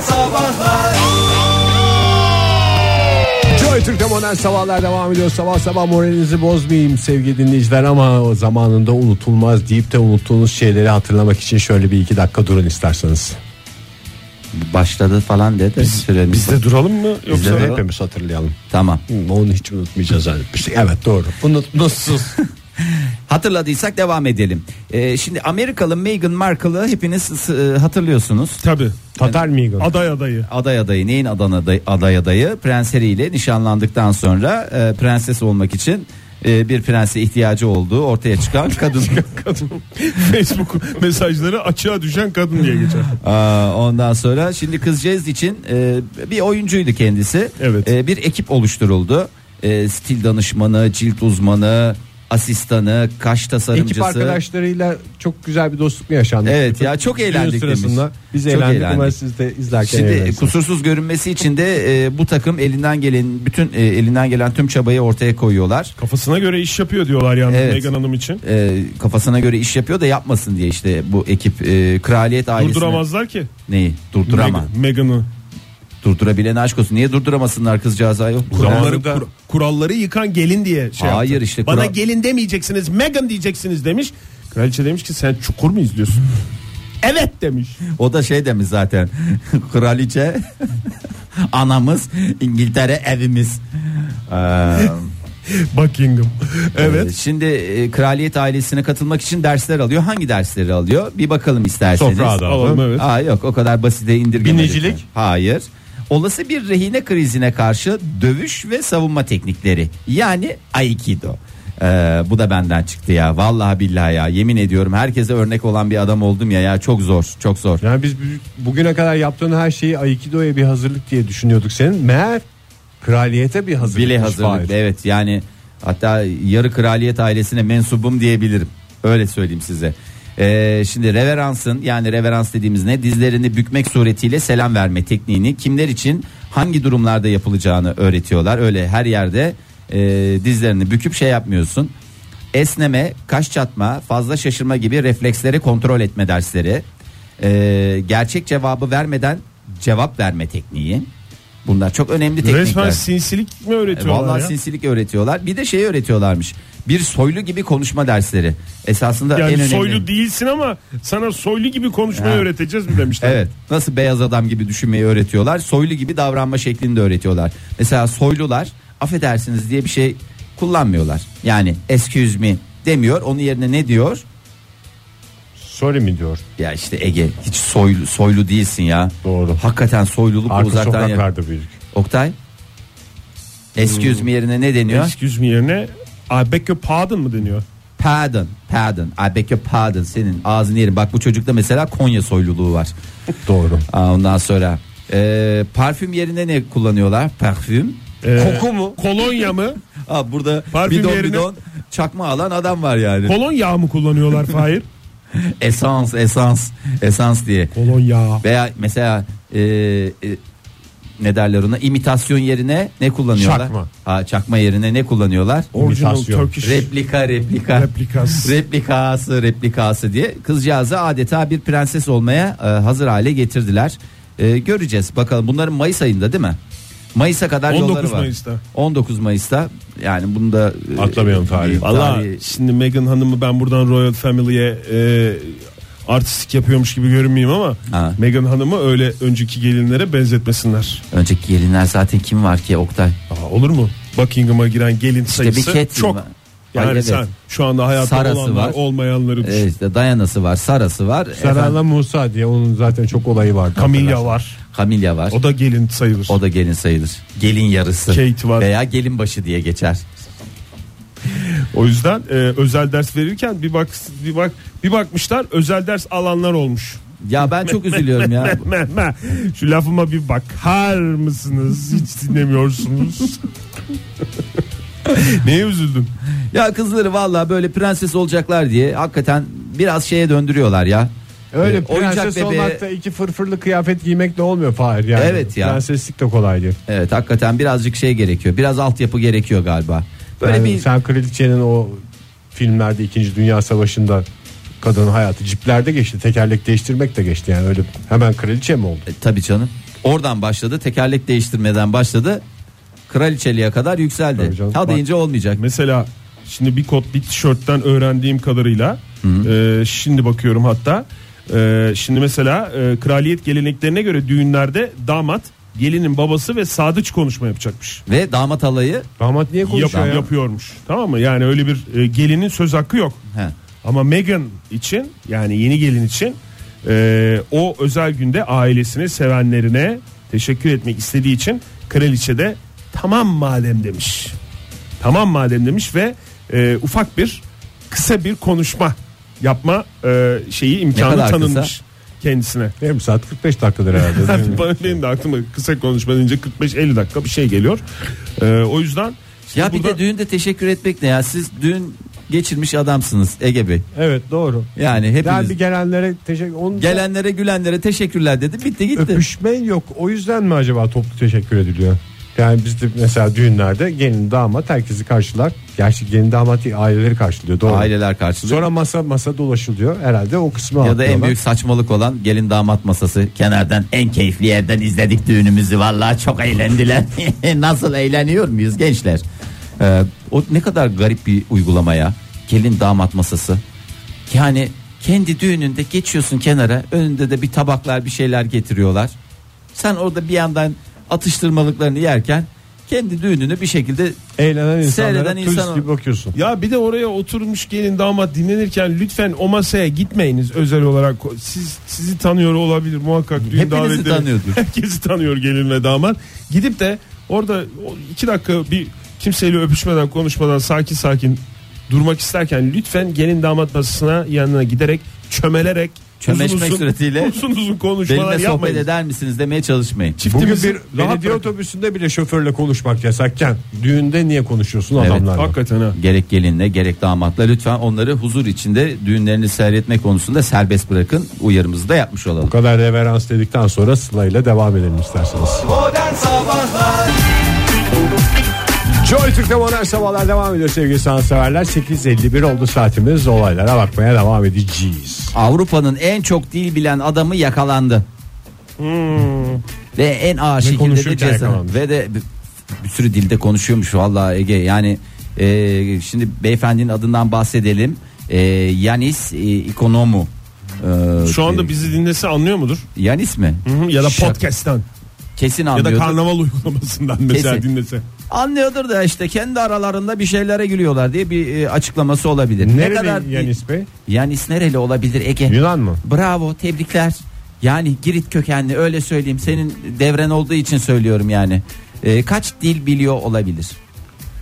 Sabahlar Joy Türk'te modern sabahlar devam ediyor. Sabah sabah moralinizi bozmayayım sevgili dinleyiciler ama o zamanında unutulmaz deyip de unuttuğunuz şeyleri hatırlamak için şöyle bir iki dakika durun isterseniz. Başladı falan dedi. Süreniz- Biz de duralım mı Biz de yoksa? duralım. Hepimiz hatırlayalım. Tamam. Hmm, Onu hiç unutmayacağız zannetmiştik. Evet doğru. Unutmuşsuz. Hatırladıysak devam edelim. Ee, şimdi Amerikalı Meghan Markle'ı hepiniz e, hatırlıyorsunuz. Tabii. Tatar Migo. Aday adayı. aday adayı neyin adan aday, aday adayı Prens Harry ile nişanlandıktan sonra e, prenses olmak için e, bir prense ihtiyacı olduğu ortaya çıkan kadın. Kadın. Facebook mesajları açığa düşen kadın diye geçer. Aa, ondan sonra şimdi kızcağız için e, bir oyuncuydu kendisi. Evet. E, bir ekip oluşturuldu. E, stil danışmanı, cilt uzmanı, asistanı, kaş Ekip tasarımcısı. arkadaşlarıyla çok güzel bir dostluk mu yaşandı? Evet ya, çok Düğün eğlendik sırasında demiş. biz Çok eğlendik eğlendik. ama siz de izlerken Şimdi e, eğlendiniz. kusursuz görünmesi için de e, bu takım elinden gelen bütün e, elinden gelen tüm çabayı ortaya koyuyorlar. Kafasına göre iş yapıyor diyorlar yani Evet. Meghan Hanım için. e, kafasına göre iş yapıyor da yapmasın diye işte bu ekip e, kraliyet ailesi Durduramazlar ki. neyi durduramaz Meg- Meghan'ı. durdurabilen aşk olsun niye durduramasınlar kızcağız ayol Kuralları, kur- kuralları yıkan gelin diye şey Hayır yaptı. işte Bana kural- gelin demeyeceksiniz Meghan diyeceksiniz demiş. Kraliçe demiş ki sen çukur mu izliyorsun? evet demiş. o da şey demiş zaten kraliçe anamız İngiltere evimiz Ee, Buckingham. evet. e, şimdi e, kraliyet ailesine katılmak için dersler alıyor hangi dersleri alıyor bir bakalım isterseniz Sofra adabı. Alalım evet. Aa, yok o kadar basite indirgemedik. Binicilik? Hayır. Olası bir rehine krizine karşı dövüş ve savunma teknikleri. Yani Aikido. Ee, bu da benden çıktı ya. Vallahi billahi ya. Yemin ediyorum herkese örnek olan bir adam oldum ya. Ya çok zor, çok zor. Yani biz bu- bugüne kadar yaptığın her şeyi Aikido'ya bir hazırlık diye düşünüyorduk senin. Meğer kraliyete bir hazırlık. Bile hazırlık. Evet yani hatta yarı kraliyet ailesine mensubum diyebilirim. Öyle söyleyeyim size. Ee, şimdi reveransın yani reverans dediğimiz ne dizlerini bükmek suretiyle selam verme tekniğini kimler için hangi durumlarda yapılacağını öğretiyorlar. Öyle her yerde e, dizlerini büküp şey yapmıyorsun. Esneme, kaş çatma, fazla şaşırma gibi refleksleri kontrol etme dersleri. Ee, gerçek cevabı vermeden cevap verme tekniği. Bunlar çok önemli teknikler. Resmen sinsilik mi E, öğretiyorlar Vallahi ya? sinsilik öğretiyorlar. Bir de şey öğretiyorlarmış. Bir soylu gibi konuşma dersleri. Esasında en yani önemli. soylu değilsin ama sana soylu gibi konuşmayı Ha. öğreteceğiz mi demişler. Evet. Nasıl beyaz adam gibi düşünmeyi öğretiyorlar. Soylu gibi davranma şeklini de öğretiyorlar. Mesela soylular affedersiniz diye bir şey kullanmıyorlar. Yani excuse me demiyor. Onun yerine ne diyor? Sorry mi diyor? Ya işte Ege hiç soylu soylu değilsin ya. Doğru. Hakikaten soyluluk bu Arka uzaktan ya- sokaklarda büyük. Oktay. Excuse me yerine ne deniyor? Excuse me yerine I beg your pardon mı deniyor? Pardon, pardon. I beg your pardon. Senin ağzını yerim. Bak bu çocukta mesela Konya soyluluğu var. Doğru. Aa, ondan sonra e, parfüm yerine ne kullanıyorlar? Parfüm. Ee, Koku mu? Kolonya mı? Aa, burada Parfüm bidon yerine- bidon çakma alan adam var yani. Kolonya mı kullanıyorlar Fahir? esans, esans, esans diye. Kolonya. Veya mesela e, e, ne derler ona? İmitasyon yerine ne kullanıyorlar? Çakma. Ha, çakma yerine ne kullanıyorlar? Original İmitasyon. Turkish. Replika replika. Replikas. replikası replikası diye kızcağızı adeta bir prenses olmaya e, hazır hale getirdiler. E, göreceğiz bakalım bunların Mayıs ayında değil mi? Mayıs'a kadar 19 yolları var. Mayıs'ta. 19 Mayıs'ta yani bunu da e, Atlamayalım tarihi. bir Valla tarihi- şimdi Meghan Hanım'ı ben buradan Royal Family'e e, artistik yapıyormuş gibi görünmeyeyim ama Ha. Meghan Hanım'ı öyle önceki gelinlere benzetmesinler. önceki gelinler zaten kim var ki Oktay? Aa, olur mu? Buckingham'a giren gelin İşte bir sayısı Catelyn çok. var. Yani Ay, evet. sen şu anda hayatta Sarası olanlar var. olmayanları düşün. E, işte Dayana'sı var, Sara'sı var, efendim, Sarayla Musa diye onun zaten çok olayı var. Camilla var. Camilla var. O O da, da gelin sayılır. gelin sayılır. Gelin yarısı. Kate var. Veya gelin başı diye geçer. O yüzden e, özel ders verirken bir bak bir bak bir bakmışlar özel ders alanlar olmuş. Ya ben çok üzülüyorum ya. Meh, meh. Şu lafıma bir bakar mısınız? Hiç dinlemiyorsunuz. Neye üzüldüm? Ya kızları valla böyle prenses olacaklar diye hakikaten biraz şeye döndürüyorlar ya. Öyle Ee, prenses olmak da iki fırfırlı kıyafet giymek de olmuyor Fahir yani. Evet ya. Prenseslik de kolay değil. Evet hakikaten birazcık şey gerekiyor. Biraz altyapı gerekiyor galiba. Böyle Yani bir Sen kraliçenin o filmlerde 2. Dünya Savaşı'nda kadının hayatı ciplerde geçti. Tekerlek değiştirmek de geçti yani öyle hemen kraliçe mi oldu? E, tabii canım. Oradan başladı tekerlek değiştirmeden başladı. Kraliçeliğe kadar Tabii yükseldi. canım, Ha bak- deyince olmayacak. Mesela şimdi bir kot bir tişörtten öğrendiğim kadarıyla e, şimdi bakıyorum hatta e, şimdi mesela e, kraliyet geleneklerine göre düğünlerde damat gelinin babası ve sadıç konuşma yapacakmış. Ve damat alayı Damat niye konuşuyor Yap- ya? Yapıyormuş. Tamam mı? Yani öyle bir e, gelinin söz hakkı yok. He. Ama Meghan için yani yeni gelin için e, o özel günde ailesine sevenlerine teşekkür etmek istediği için kraliçe de tamam madem demiş. Tamam madem demiş ve e, ufak bir kısa bir konuşma yapma e, şeyi kadar imkanı kısa? tanınmış kendisine. Yarım saat 45 dakikadır herhalde. değil mi? Bana benim de aklıma kısa konuşma deyince 45-50 dakika bir şey geliyor. E, o yüzden şimdi Ya bir burada- de düğünde teşekkür etmek ne ya? Siz düğün geçirmiş adamsınız Ege Bey. evet doğru. Yani Yani bir hepiniz gelenlere teşekkür. Onun da gelenlere gülenlere teşekkürler dedi. Bitti gitti. öpüşme yok. O yüzden mi acaba toplu teşekkür ediliyor? Yani bizde mesela düğünlerde gelin damat herkesi karşılar. Gerçi gelin damat değil, aileleri karşılıyor. Doğru. Aileler karşılıyor. Sonra masa masa dolaşılıyor. Herhalde o kısmı ya da en atlıyorlar. büyük saçmalık olan gelin damat masası. Kenardan en keyifli yerden izledik düğünümüzü. Vallahi çok eğlendiler. Nasıl eğleniyor muyuz gençler? Ee, o ne kadar garip bir uygulama ya. Gelin damat masası. Yani kendi düğününde geçiyorsun kenara. Önünde de bir tabaklar bir şeyler getiriyorlar. Sen orada bir yandan atıştırmalıklarını yerken kendi düğününü bir şekilde Eğlenen insanlara Seyreden turist insan- gibi bakıyorsun. Ya bir de oraya oturmuş gelin damat dinlenirken lütfen o masaya gitmeyiniz özel olarak. Siz sizi tanıyor olabilir muhakkak düğün Hepinizi davetleri- tanıyordur. Herkesi tanıyor gelin ve damat. Gidip de orada o iki dakika bir kimseyle öpüşmeden konuşmadan sakin sakin durmak isterken lütfen gelin damat masasına yanına giderek çömelerek Çömeşmek uzun uzun, suretiyle uzun uzun konuşmalar benimle sohbet yapmayın. eder misiniz demeye çalışmayın. Bugün Çiftimizi bir rahat belediye bırakın. otobüsünde bile şoförle konuşmak yasakken düğünde niye konuşuyorsun adamlarla? Hakikaten ha. gerek gelinle gerek damatla lütfen onları huzur içinde düğünlerini seyretme konusunda serbest bırakın uyarımızı da yapmış olalım. Bu kadar reverans dedikten sonra Sıla ile devam edelim isterseniz. Joy Türk'te modern sabahlar devam ediyor sevgili sanatseverler. 8.51 oldu saatimiz olaylara bakmaya devam edeceğiz. Avrupa'nın en çok dil bilen adamı yakalandı. Hmm. Ve en ağır şekilde de konuşurken ceza. yakalanmış. Ve de bir, bir sürü dilde konuşuyormuş vallahi Ege. Yani e, şimdi beyefendinin adından bahsedelim. E, Yanis e, Ikonomu. E, Şu anda bizi dinlese anlıyor mudur? Yanis mi? Hı hı, Ya da Şak- podcast'ten Kesin ya da anlıyordur. karnaval uygulamasından mesela Kesin. dinlese. Anlıyordur da işte kendi aralarında bir şeylere gülüyorlar diye bir e, açıklaması olabilir. Nereli bir- Yanis Bey? Yanis nereli olabilir Ege? Yunan mı? Bravo, tebrikler. Yani Girit kökenli öyle söyleyeyim. Senin devren olduğu için söylüyorum yani. E, kaç dil biliyor olabilir?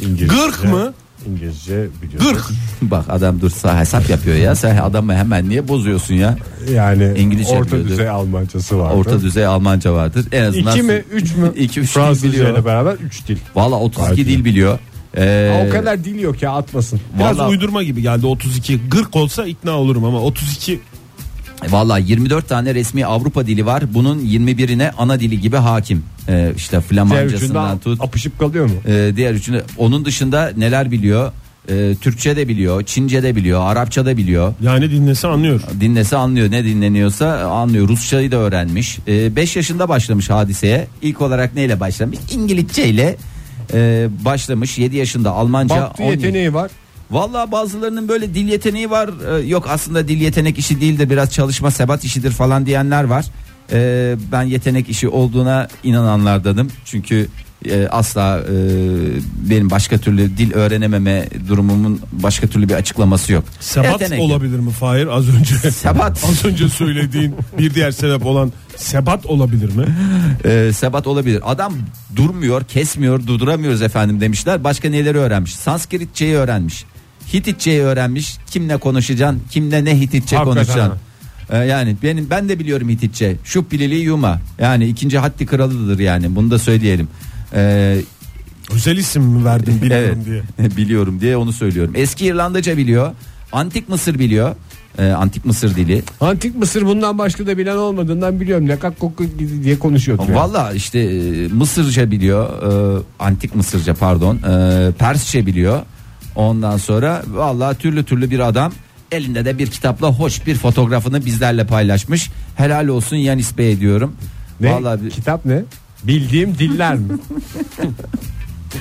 İngilizce. Gırk mı? İngilizce biliyorum. Bak adam dur sağ hesap yapıyor ya. Sen adamı hemen niye bozuyorsun ya? Yani İngilizce orta biliyordu. düzey Almancası vardı. Orta düzey Almanca vardır. En azından İki mi? Üç mü? İki, üç dil Fransızca biliyor. ile beraber üç dil. Valla 32 Hadi. dil biliyor. E, o kadar dil yok ya atmasın. Biraz Vallahi- uydurma gibi geldi 32. Gırk olsa ikna olurum ama 32 Valla 24 tane resmi Avrupa dili var. Bunun 21'ine ana dili gibi hakim. E, işte Diğer üçünden Flamancasından tut. apışıp kalıyor mu? Ee, diğer üçünü onun dışında neler biliyor? Ee, Türkçe de biliyor, Çince de biliyor, Arapça da biliyor. yani dinlese anlıyor. Dinlese anlıyor ne dinleniyorsa e, anlıyor. Rusçayı da öğrenmiş. 5 yaşında başlamış hadiseye. İlk olarak neyle başlamış? İngilizce ile e, başlamış. 7 yaşında Almanca. Baktı 10 yeteneği var. Vallahi bazılarının böyle dil yeteneği var. Ee, yok aslında dil yetenek işi değildir. Biraz çalışma sebat işidir falan diyenler var. Ee, ben yetenek işi olduğuna inananlardanım. Çünkü e, asla e, benim başka türlü dil öğrenememe durumumun başka türlü bir açıklaması yok. Sebat Yetenek. olabilir mi Fahir az önce? Sebat. az önce söylediğin bir diğer sebep olan sebat olabilir mi? Ee, sebat olabilir. Adam durmuyor, kesmiyor, durduramıyoruz efendim demişler. Başka neleri öğrenmiş? Sanskritçeyi öğrenmiş. Hititçeyi öğrenmiş. Kimle konuşacaksın? Kimle ne Hititçe Hakikaten konuşacaksın? Ee, yani benim ben de biliyorum Hititçe. Şu pilili yuma. Yani ikinci haddi kralıdır yani. Bunu da söyleyelim. Ee, Özel isim mi verdin bilmiyorum evet, diye. biliyorum diye onu söylüyorum. Eski İrlandaca biliyor. Antik Mısır biliyor. Ee, Antik Mısır dili. Antik Mısır bundan başka da bilen olmadığından biliyorum. Lekak koku diye konuşuyordu. ya. Valla işte e, Mısırca biliyor, e, antik Mısırca pardon, e, Persçe biliyor. Ondan sonra valla türlü türlü bir adam elinde de bir kitapla hoş bir fotoğrafını bizlerle paylaşmış. Helal olsun Yanis Bey diyorum. Ne? Vallahi bir- Kitap ne? Bildiğim diller mi?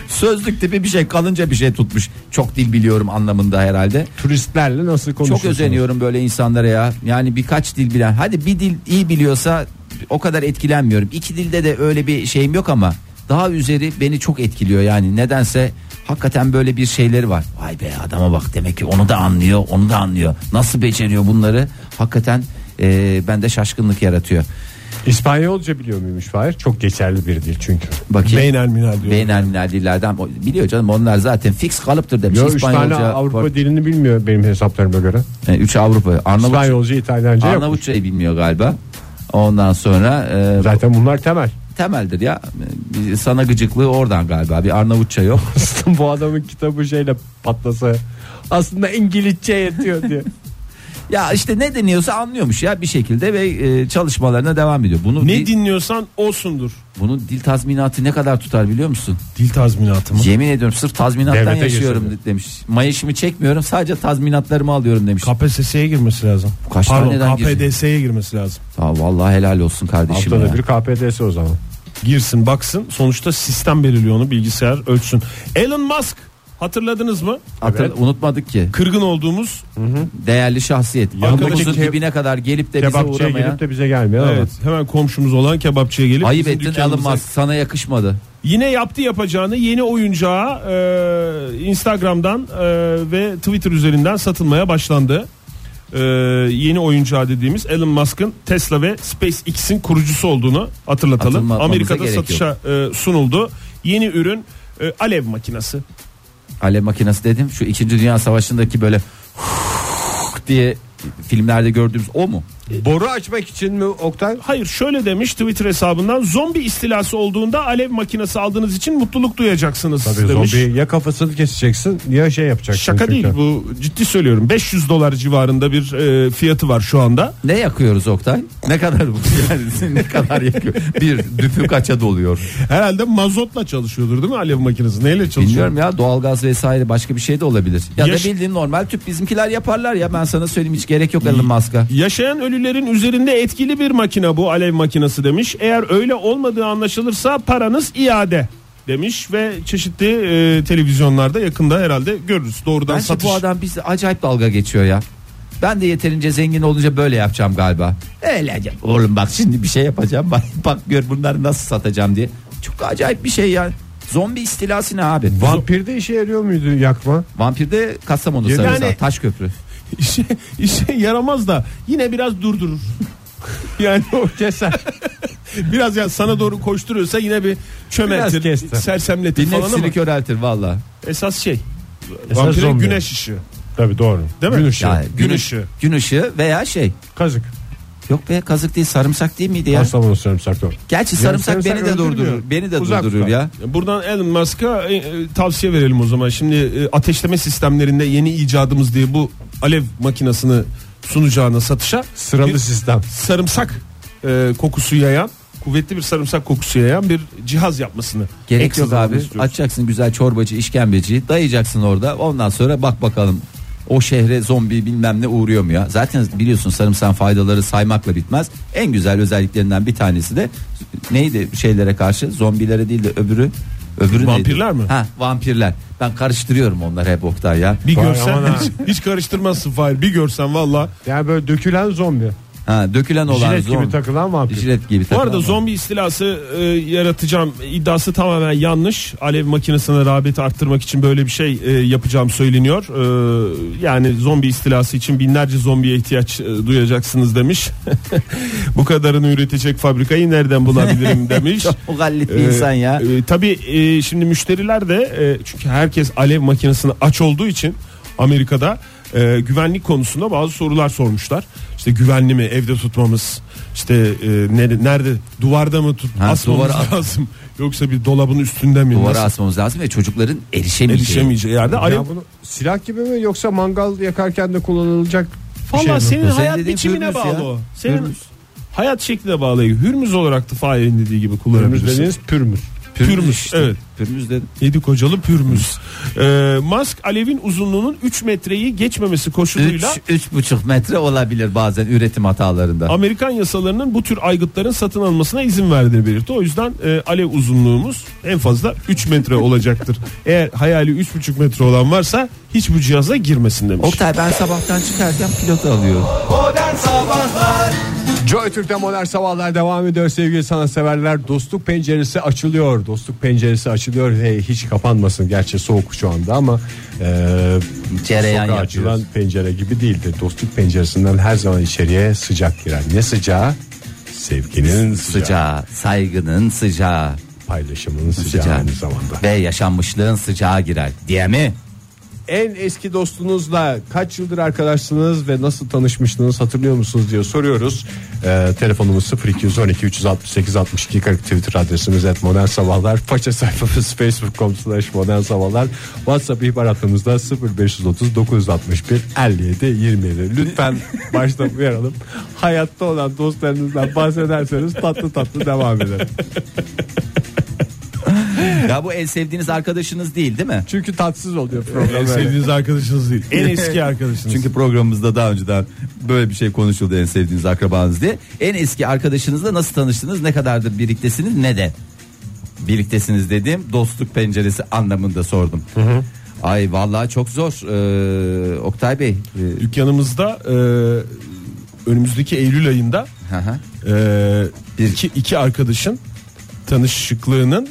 Sözlük tipi bir şey kalınca bir şey tutmuş. Çok dil biliyorum anlamında herhalde. Turistlerle nasıl konuşuyorsunuz? Çok özeniyorum böyle insanlara ya. Yani birkaç dil bilen. Hadi bir dil iyi biliyorsa o kadar etkilenmiyorum. İki dilde de öyle bir şeyim yok ama daha üzeri beni çok etkiliyor yani. Nedense hakikaten böyle bir şeyleri var. Vay be adama bak demek ki onu da anlıyor, onu da anlıyor. Nasıl beceriyor bunları? Hakikaten e, bende şaşkınlık yaratıyor. İspanyolca biliyor muymuş Fahir? Çok geçerli bir dil çünkü. Bakayım. Beynelminel diyor. Beynelminel dillerden o- biliyor canım onlar zaten fix kalıptır demiş. Yo, üç tane İspanyolca, Avrupa Port- dilini bilmiyor benim hesaplarıma göre. e, üç Avrupa, Arnavut, İspanyolca, İtalyanca yok. Arnavutçayı bilmiyor galiba. Ondan sonra e, Zaten bunlar temel. temeldir ya. E, Sana gıcıklığı oradan galiba. Bir Arnavutça yok. Aslında bu adamın kitabı şeyle patlasa aslında İngilizce yetiyor diye. ya işte ne deniyorsa anlıyormuş ya bir şekilde ve e, çalışmalarına devam ediyor. Bunu Ne dil, dinliyorsan olsundur. bunun dil tazminatı ne kadar tutar biliyor musun? Dil tazminatı mı? Yemin ediyorum sırf tazminattan Devlete yaşıyorum geçiyor. demiş. Mayışımı çekmiyorum sadece tazminatlarımı alıyorum demiş. KPSS'ye girmesi lazım. Kaç Pardon taneden girecek? KPDS'ye girmesi lazım. Aa, vallahi helal olsun kardeşim. ya. Haftada bir KPDS o zaman. Girsin baksın sonuçta sistem belirliyor onu bilgisayar ölçsün. Elon Musk hatırladınız mı? Hatır- Unutmadık ki. Kırgın olduğumuz Değerli şahsiyet. Yanındaki Yanımızın keb- dibine kadar gelip de bize Kebapçıya uğramayan. gelip de bize gelmiyor ama. evet, hemen komşumuz olan kebapçıya gelip Ayıp bizim ettin dükkanımıza- alınmaz. Sana yakışmadı. Yine yaptı yapacağını yeni oyuncağı e, Instagram'dan e, ve Twitter üzerinden satılmaya başlandı. E, yeni oyuncağı dediğimiz Elon Musk'ın Tesla ve SpaceX'in kurucusu olduğunu hatırlatalım. Hatırlatmamıza Amerika'da gerek yok. satışa e, sunuldu. Yeni ürün e, alev makinesi. Alev makinesi dedim. Şu 2. Dünya Savaşı'ndaki böyle diye filmlerde gördüğümüz o mu? Boru açmak için mi Oktay? Hayır şöyle demiş Twitter hesabından zombi istilası olduğunda alev makinesi aldığınız için mutluluk duyacaksınız Tabii demiş. zombi ya kafasını keseceksin ya şey yapacaksın. Şaka çünkü. değil bu ciddi söylüyorum 500 dolar civarında bir e, fiyatı var şu anda. Ne yakıyoruz Oktay? Ne kadar bu? Yani ne kadar yakıyor? Bir düpü kaça doluyor? Herhalde mazotla çalışıyordur değil mi alev makinesi? Neyle çalışıyor? Bilmiyorum ya doğalgaz vesaire başka bir şey de olabilir. Ya Yaş- da bildiğin normal tüp bizimkiler yaparlar ya ben sana söyleyeyim hiç gerek yok Elon Musk'a. Yaşayan ölülerin üzerinde etkili bir makine bu alev makinesi demiş. Eğer öyle olmadığı anlaşılırsa paranız iade demiş ve çeşitli e, televizyonlarda yakında herhalde görürüz. Doğrudan Bence satış. bu adam bizi acayip dalga geçiyor ya. Ben de yeterince zengin olunca böyle yapacağım galiba. Öyle yapacağım. Oğlum bak şimdi bir şey yapacağım. Bak, bak gör bunları nasıl satacağım diye. Çok acayip bir şey ya. Zombi istilası ne abi? Vampirde işe yarıyor muydu yakma? Vampirde Kastamonu Yani- sarısı. Taş köprü. İşe, işe yaramaz da yine biraz durdurur. yani o keser. biraz ya sana doğru koşturuyorsa yine bir çömeltir, kesti. sersemletir Birinin falan ama hepsini köreltir valla. esas şey. Esas vampire zombi. güneş ışığı. Tabii doğru. Değil mi? Gün ışığı. Yani şey, gün ışığı. Gün ışığı veya şey. Kazık. Yok be kazık değil sarımsak değil miydi ya? Kastamonu sarımsak yok. Gerçi sarımsak, sarımsak beni de öldürmüyor. durdurur. Beni de Uzak durdurur tutar. ya. Buradan Elon Musk'a e, e, tavsiye verelim o zaman. Şimdi e, ateşleme sistemlerinde yeni icadımız diye bu alev makinesini sunacağına satışa Sıralı bir sistem. sarımsak e, kokusu yayan kuvvetli bir sarımsak kokusu yayan bir cihaz yapmasını. Gerek Ekstra yok abi. istiyoruz. Açacaksın güzel çorbacı, işkembeciyi, dayayacaksın orada. Ondan sonra bak bakalım o şehre zombi bilmem ne uğruyor mu ya? Zaten biliyorsun sarımsağın faydaları saymakla bitmez. En güzel özelliklerinden bir tanesi de neydi şeylere karşı? Zombilere değil de öbürü öbürü neydi? Vampirler mi? Ha, vampirler. Ben karıştırıyorum onları hep Oktay ya. Bir Vay görsen aman ha. hiç, hiç karıştırmazsın Fahir. Bir görsen valla. Yani böyle dökülen zombi. Ha, dökülen olan Jilet zombi. gibi takılan vampir. Jilet gibi Bu takılan arada var. zombi istilası e, yaratacağım iddiası tamamen yanlış. Alev makinesine rağbeti arttırmak için böyle bir şey e, yapacağım söyleniyor. E, yani zombi istilası için binlerce zombiye ihtiyaç e, duyacaksınız demiş. Bu kadarını üretecek fabrikayı nereden bulabilirim demiş. o gallet bir insan ya. Ee, e, tabii e, şimdi müşteriler de e, çünkü herkes alev makinesini aç olduğu için Amerika'da e, güvenlik konusunda bazı sorular sormuşlar. İşte güvenli mi evde tutmamız işte e, nerede, nerede duvarda mı tut, Ha, asmamız duvara at- lazım yoksa bir dolabın üstünde mi Duvara şey. Nasıl? asmamız lazım ve çocukların erişemeyeceği. erişemeyeceği yerde Ya alev bunu silah gibi mi yoksa mangal yakarken de kullanılacak bir Valla şey mi? senin Senin hayat dediğin biçimine Hürmüz bağlı ya. o. Senin Hürmüz. hayat şekline bağlı. Hürmüz olarak da Fahir'in dediği gibi Pürmüz kullanabilirsin. dediğiniz pürmüz. Pürmüz, Pürmüz, işte. evet. Pürmüz de Yedi kocalı pürmüz. Ee, Musk alevin uzunluğunun 3 metreyi geçmemesi koşuluyla 3 buçuk metre olabilir bazen üretim hatalarında. Amerikan yasalarının bu tür aygıtların satın almasına izin verdiğini belirtti. O yüzden e, alev uzunluğumuz en fazla 3 metre olacaktır. Eğer hayali 3,5 metre olan varsa hiç bu cihaza girmesin demiş. Oktay ben sabahtan çıkarken pilotu alıyorum. Joy Türk'te modern sabahlar devam ediyor sevgili sanatseverler. Dostluk penceresi açılıyor. Dostluk penceresi açılıyor. Hey, hiç kapanmasın. Gerçi soğuk şu anda ama e, Cereyan sokağa yapıyoruz. açılan pencere gibi değildir. Dostluk penceresinden her zaman içeriye sıcak girer. Ne sıcağı? Sevginin sıcağı. Sıcağı, saygının sıcağı, Paylaşımın sıcağı, sıcağı aynı zamanda. ve yaşanmışlığın sıcağı girer diye mi? En eski dostunuzla kaç yıldır arkadaşsınız ve nasıl tanışmıştınız hatırlıyor musunuz diye soruyoruz. Ee, telefonumuz 0212 368 62 40 Twitter adresimiz et modern sabahlar. Faça sayfamız facebook.com slash modern sabahlar. Whatsapp ihbar hattımızda 0530 961 57 27. Lütfen başta uyaralım. Hayatta olan dostlarınızdan bahsederseniz tatlı tatlı devam edelim. Ya bu en sevdiğiniz arkadaşınız değil değil mi? Çünkü tatsız oluyor program. öyle. arkadaşınız değil. En eski arkadaşınız. Çünkü programımızda daha önceden böyle bir şey konuşuldu en sevdiğiniz akrabanız diye. En eski arkadaşınızla nasıl tanıştınız? Ne kadardır birliktesiniz? Ne de? Birliktesiniz dediğim dostluk penceresi anlamında sordum. Ay vallahi çok zor. Ee, Oktay Bey. ee, Dükkanımızda e, önümüzdeki Eylül ayında hı hı. e, iki, iki arkadaşın tanışıklığının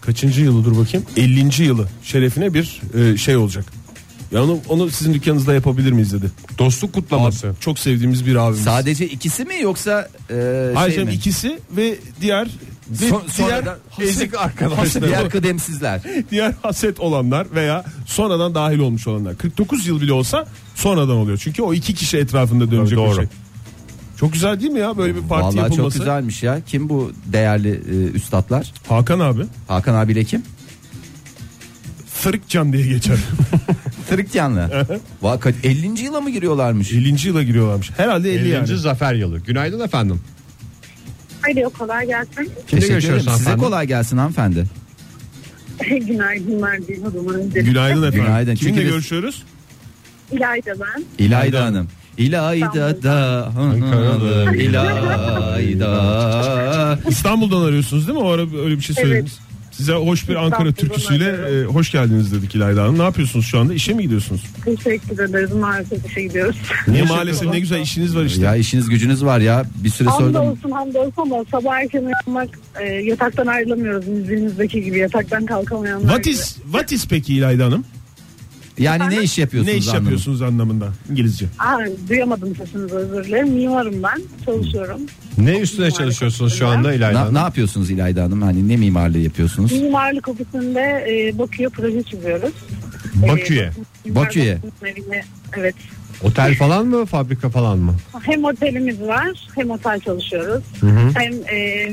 kaçıncı yılıdır bakayım? 50. yılı şerefine bir e, şey olacak. Ya onu, onu sizin dükkanınızda yapabilir miyiz dedi. Dostluk kutlaması. Çok sevdiğimiz bir abimiz. Sadece ikisi mi yoksa e, Hayır şey canım, mi? ikisi ve diğer ve Son- diğer sonradan- ezik arkadaşlar. Diğer kıdemsizler. diğer haset olanlar veya sonradan dahil olmuş olanlar. 49 yıl bile olsa sonradan oluyor. Çünkü o iki kişi etrafında dönecek Tabii, o doğru. şey. Çok güzel değil mi ya böyle bir parti Vallahi çok yapılması? güzelmiş ya. Kim bu değerli e, üstatlar? Hakan abi Hakan abiyle kim? Fırıkcan diye geçer. Tırıkyanlı. Vakat 50. yıla mı giriyorlarmış? 50. yıla giriyorlarmış. Herhalde 50, 50. yani. zafer yılı. Günaydın efendim. Alo kolay gelsin. Kimle Teşekkür ederim. görüşüyoruz Size hanımefendi? kolay gelsin hanımefendi. Günaydınlar diyeyim o zaman önce. Günaydın efendim. Günaydın. Kiminle Çünkü biz- görüşüyoruz? İlayda ben. İlayda Hanım. İlayda da Hanım, İlayda. İstanbul'dan arıyorsunuz değil mi? O ara öyle bir şey Evet. söylediniz. Size hoş bir Ankara İstanbul'dan türküsüyle e, arıyorum. hoş geldiniz dedik İlayda Hanım. Ne yapıyorsunuz şu anda? İşe mi gidiyorsunuz? Teşekkür ederiz maalesef işe gidiyoruz. Niye maalesef ne güzel işiniz var işte. Ya işiniz gücünüz var ya. Bir süre sonra Hamdolsun hamdolsun ama sabah erken uyanmak e, yataktan ayrılamıyoruz müziğimizdeki gibi yataktan kalkamayanlar What gibi. is, what is peki İlayda Hanım? yani ne iş yapıyorsunuz? Ne iş anlamında? yapıyorsunuz anlamında İngilizce. Aa, duyamadım sesinizi özür dilerim. Mimarım ben çalışıyorum. Ne üstüne çalışıyorsunuz şu anda İlayda Na- Hanım? ne yapıyorsunuz İlayda Hanım? Hani ne mimarlığı yapıyorsunuz? Mimarlık ofisinde e, Bakü'ye proje çiziyoruz. Bakü'ye? E, mimarlık Bakü'ye. ofislerine- Evet. Otel falan mı fabrika falan mı? Hem otelimiz var hem otel çalışıyoruz. Hem e,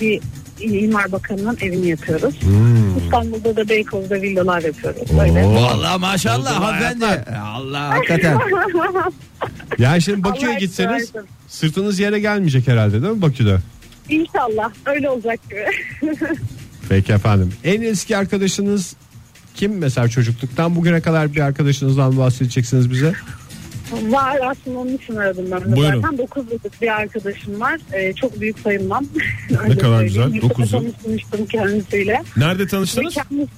bir İmar Bakanı'nın evini yapıyoruz. İstanbul'da da Beykoz'da villalar yapıyoruz. Böyle. Vallahi maşallah hanımefendi. Allah hakikaten. Yani şimdi Bakü'ye Allah gitseniz ısrar etsin. sırtınız yere gelmeyecek herhalde değil mi Bakü'de? İnşallah öyle olacak gibi. Peki efendim. En eski arkadaşınız kim mesela çocukluktan bugüne kadar bir arkadaşınızdan bahsedeceksiniz bize? var aslında onun için aradım ben de. Buyurun. Zaten 9 yıllık bir arkadaşım var. E, çok büyük sayılmam. Öyle kadar söyleyeyim. güzel, Lisede dokuz yıl. tanışmıştım kendisiyle. Nerede Ve tanıştınız? kendisi-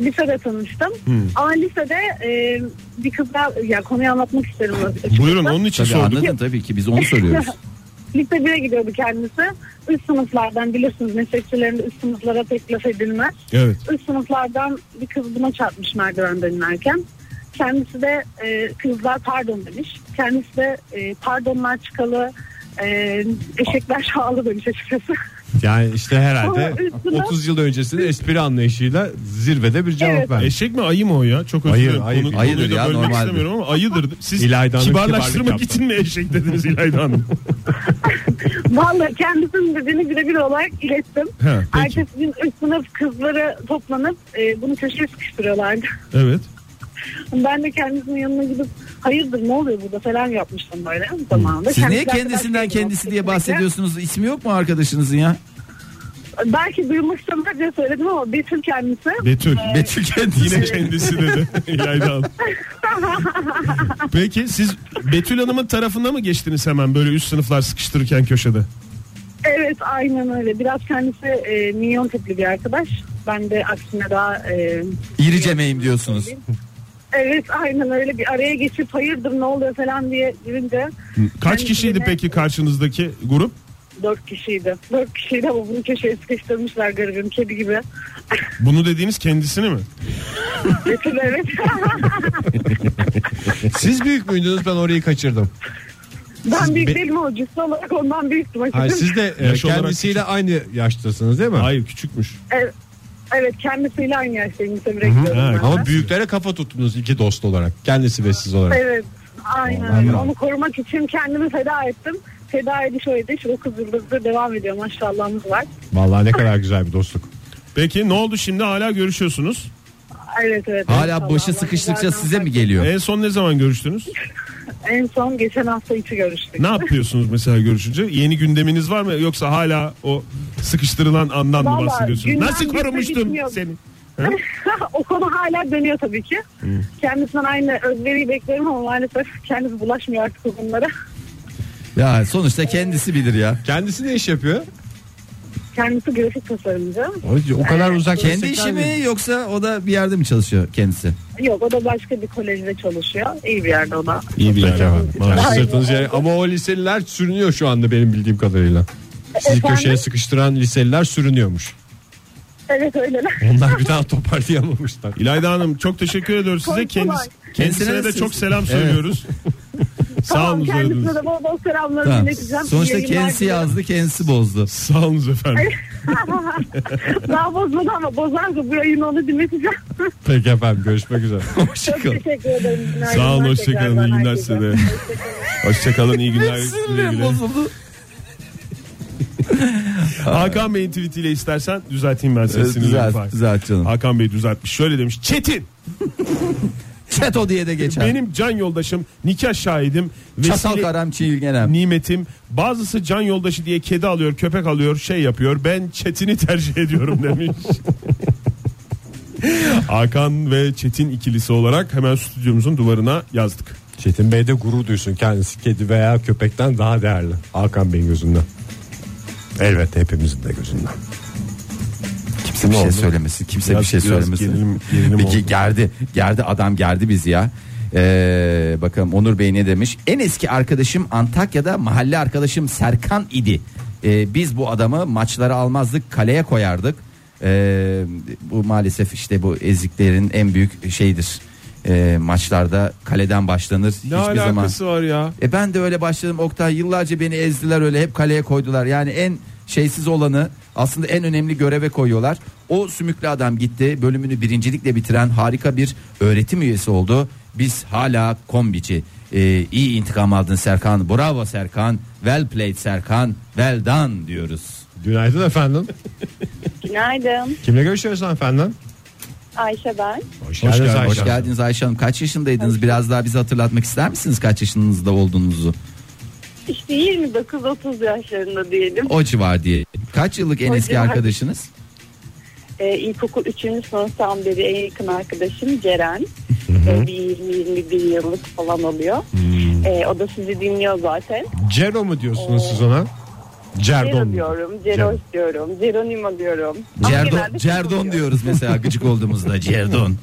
Lisede tanıştım. Ama lisede e, bir kızla ya konuyu anlatmak isterim. açıkçası. Buyurun onun için Tabii sorduk. anladın tabii ki biz onu soruyoruz. Lise 1'e gidiyordu kendisi. Üst sınıflardan bilirsiniz meslekçilerinde üst sınıflara pek laf edilmez. Evet. Üst sınıflardan bir kız buna çarpmış merdivenden inerken. Kendisi de e, kızlar pardon demiş. Kendisi de e, pardonlar çıkalı e, eşekler şağlı demiş açıkçası. Yani işte herhalde Ama üstüne- 30 yıl öncesinin espri anlayışıyla zirvede bir cevap Evet. vermiş. Eşek mi ayı mı o ya? Çok özür Ayı, dilerim. ayı. Konu- Ayıdır konuyu da ya, bölmek normaldir. istemiyorum ama ayıdır. Siz İlayda Hanım kibarlaştırmak kibarlık için mi eşek dediniz İlayda Hanım? Vallahi kendisinin dediğini birebir olarak ilettim. He, peki. Ertesi gün üst sınıf kızları toplanıp e, bunu köşeye sıkıştırıyorlardı. evet. Ben de kendisinin yanına gidip hayırdır ne oluyor burada falan yapmıştım böyle zamanında. Siz niye Kendisi arkadaş kendisinden değilim, kendisi diye kesinlikle. bahsediyorsunuz? İsmi yok mu arkadaşınızın ya? Belki duyulmak istemez diye söyledim ama Betül kendisi. Betül. Betül kendisi. Yine kendisi dedi İlayda Hanım. Peki siz Betül Hanım'ın tarafında mı geçtiniz hemen böyle üst sınıflar sıkıştırırken köşede? Evet aynen öyle. Biraz kendisi e, minyon tipli bir arkadaş. Ben de aksine daha... E, İricemeyim diyorsunuz. evet aynen öyle bir araya geçip hayırdır ne oluyor falan diye girince Kaç Kendisine- kişiydi peki karşınızdaki grup? dört kişiydi. Dört kişiydi ama bunu köşeye sıkıştırmışlar garibim kedi gibi. Bunu dediğiniz kendisini mi? Betül evet. E, Siz büyük müydünüz ben orayı kaçırdım. ben büyük be- değilim ama cüssü olarak ondan büyüktüm Hayır, açıkçası. siz de e, Yaş olarak kendisiyle aynı yaştasınız değil mi? Hayır küçükmüş. Evet, evet kendisiyle aynı yaştayım. Semire gidiyorum Ha, ben de. Ama büyüklere kafa tuttunuz iki dost olarak. Kendisi ve siz olarak. Evet. Aynen öyle. Onu korumak için kendimi feda ettim. Feda ediş o ediş. 9 yıldızdır devam ediyor. Maşallahımız var. Vallahi ne kadar güzel bir dostluk. Peki ne oldu şimdi hala görüşüyorsunuz? Evet evet. Hala Maşallah. başı Allah sıkıştıkça güzelden size mi saklasın. geliyor? En son ne zaman görüştünüz? En son geçen hafta içi görüştük. Ne yapıyorsunuz mesela görüşünce? Yeni gündeminiz var mı yoksa hala o sıkıştırılan andan mı Vallahi bahsediyorsunuz? gündem Nasıl bitse korumuştun bitmiyor. seni? o konu hala dönüyor tabii ki. Kendisinden aynı özveriyi beklerim ama maalesef kendisi bulaşmıyor artık o konulara. Ya sonuçta kendisi bilir ya. Kendisi ne iş yapıyor? Kendisi grafik tasarımcı. O kadar uzak. Kendi işi mi yoksa o da bir yerde mi çalışıyor kendisi? Yok o da başka bir kolejde çalışıyor. İyi bir yerde o da. İyi bir yer. Maalesef. Sırtınız yere- Ama o liseliler sürünüyor şu anda benim bildiğim kadarıyla. Sizi Efendim? köşeye sıkıştıran liseliler sürünüyormuş. Evet öyleler. Onlar bir daha toparlayamamışlar. İlayda Hanım çok teşekkür ediyoruz size. Kolay kolay. Kendisi, kendisine Kendisine de de çok siz- selam söylüyoruz. Sağ Tamam olun efendim. kendisine de bol bol selamlarımı Tamam. ileteceğim. İyi Sonuçta yayınlar kendisi diliyorum. yazdı kendisi bozdu. Sağ olun efendim. Daha bozmadı ama bozarsa bu yayını onu dinleteceğim. Peki efendim görüşmek üzere. Çok Hoşçakalın. teşekkür ederim. Günaydınlar Sağ olun hoşçakalın. tekrardan İyi günler herkese. size de. Hoşçakalın iyi günler. güle güle. bozuldu. Hakan Bey'in tweetiyle istersen düzelteyim ben sesini. Düzelt, düzelt canım. Hakan Bey düzeltmiş. Şöyle demiş. Çetin Çeto diye de geçer. benim can yoldaşım, nikah şahidim, Çatal vesile- karam çiğilgenem. nimetim. Bazısı can yoldaşı diye kedi alıyor, köpek alıyor, şey yapıyor. Ben Çetin'i tercih ediyorum demiş. Hakan ve Çetin ikilisi olarak hemen stüdyomuzun duvarına yazdık. Çetin Bey de gurur duysun kendisi kedi veya köpekten daha değerli. Hakan Bey'in gözünden. Elbette hepimizin de gözünden. Kimse bir şey söylemesin. Kimse Biraz- bir şey biraz söylemesin. gerilim- gerilim Peki oldu. gerdi. Gerdi adam gerdi bizi ya. Ee, bakalım Onur Bey ne demiş? En eski arkadaşım Antakya'da mahalle arkadaşım Serkan idi. Ee, biz bu adamı maçlara almazdık kaleye koyardık. Ee, bu maalesef işte bu eziklerin en büyük şeyidir. Ee, maçlarda kaleden başlanır. Ne Hiçbir zaman alakası var ya? E ben de öyle başladım Oktay yıllarca beni ezdiler öyle hep kaleye koydular. Yani en şeysiz olanı aslında en önemli göreve koyuyorlar. O sümüklü adam gitti bölümünü birincilikle bitiren harika bir öğretim üyesi oldu. Biz hala kombici. E, iyi intikam aldın Serkan. Bravo Serkan. Well played Serkan. Well done diyoruz. Günaydın efendim. Günaydın. Kimle görüşüyoruz efendim? Ayşe ben. Hoş, geldiniz geldiniz, Ayşe hoş Hanım. geldiniz Ayşe Hanım. Kaç yaşındaydınız? Biraz daha bize hatırlatmak ister misiniz kaç yaşınızda olduğunuzu? İşte 29-30 yaşlarında diyelim. O civar diye. Kaç yıllık en O eski civar. arkadaşınız? Ee, ilkokul 3. sınıftan beri en yakın arkadaşım Ceren. Ee, bir 20-21 yıllık falan oluyor. Hmm. Ee, o da sizi dinliyor zaten. Cero mu diyorsunuz siz ona? Cerdon Cero mu? diyorum, Ceros Ceren. diyorum, Geronimo diyorum. Ama Cerdon, genelde şey Cerdon takılıyor. diyoruz mesela gıcık olduğumuzda Cerdon.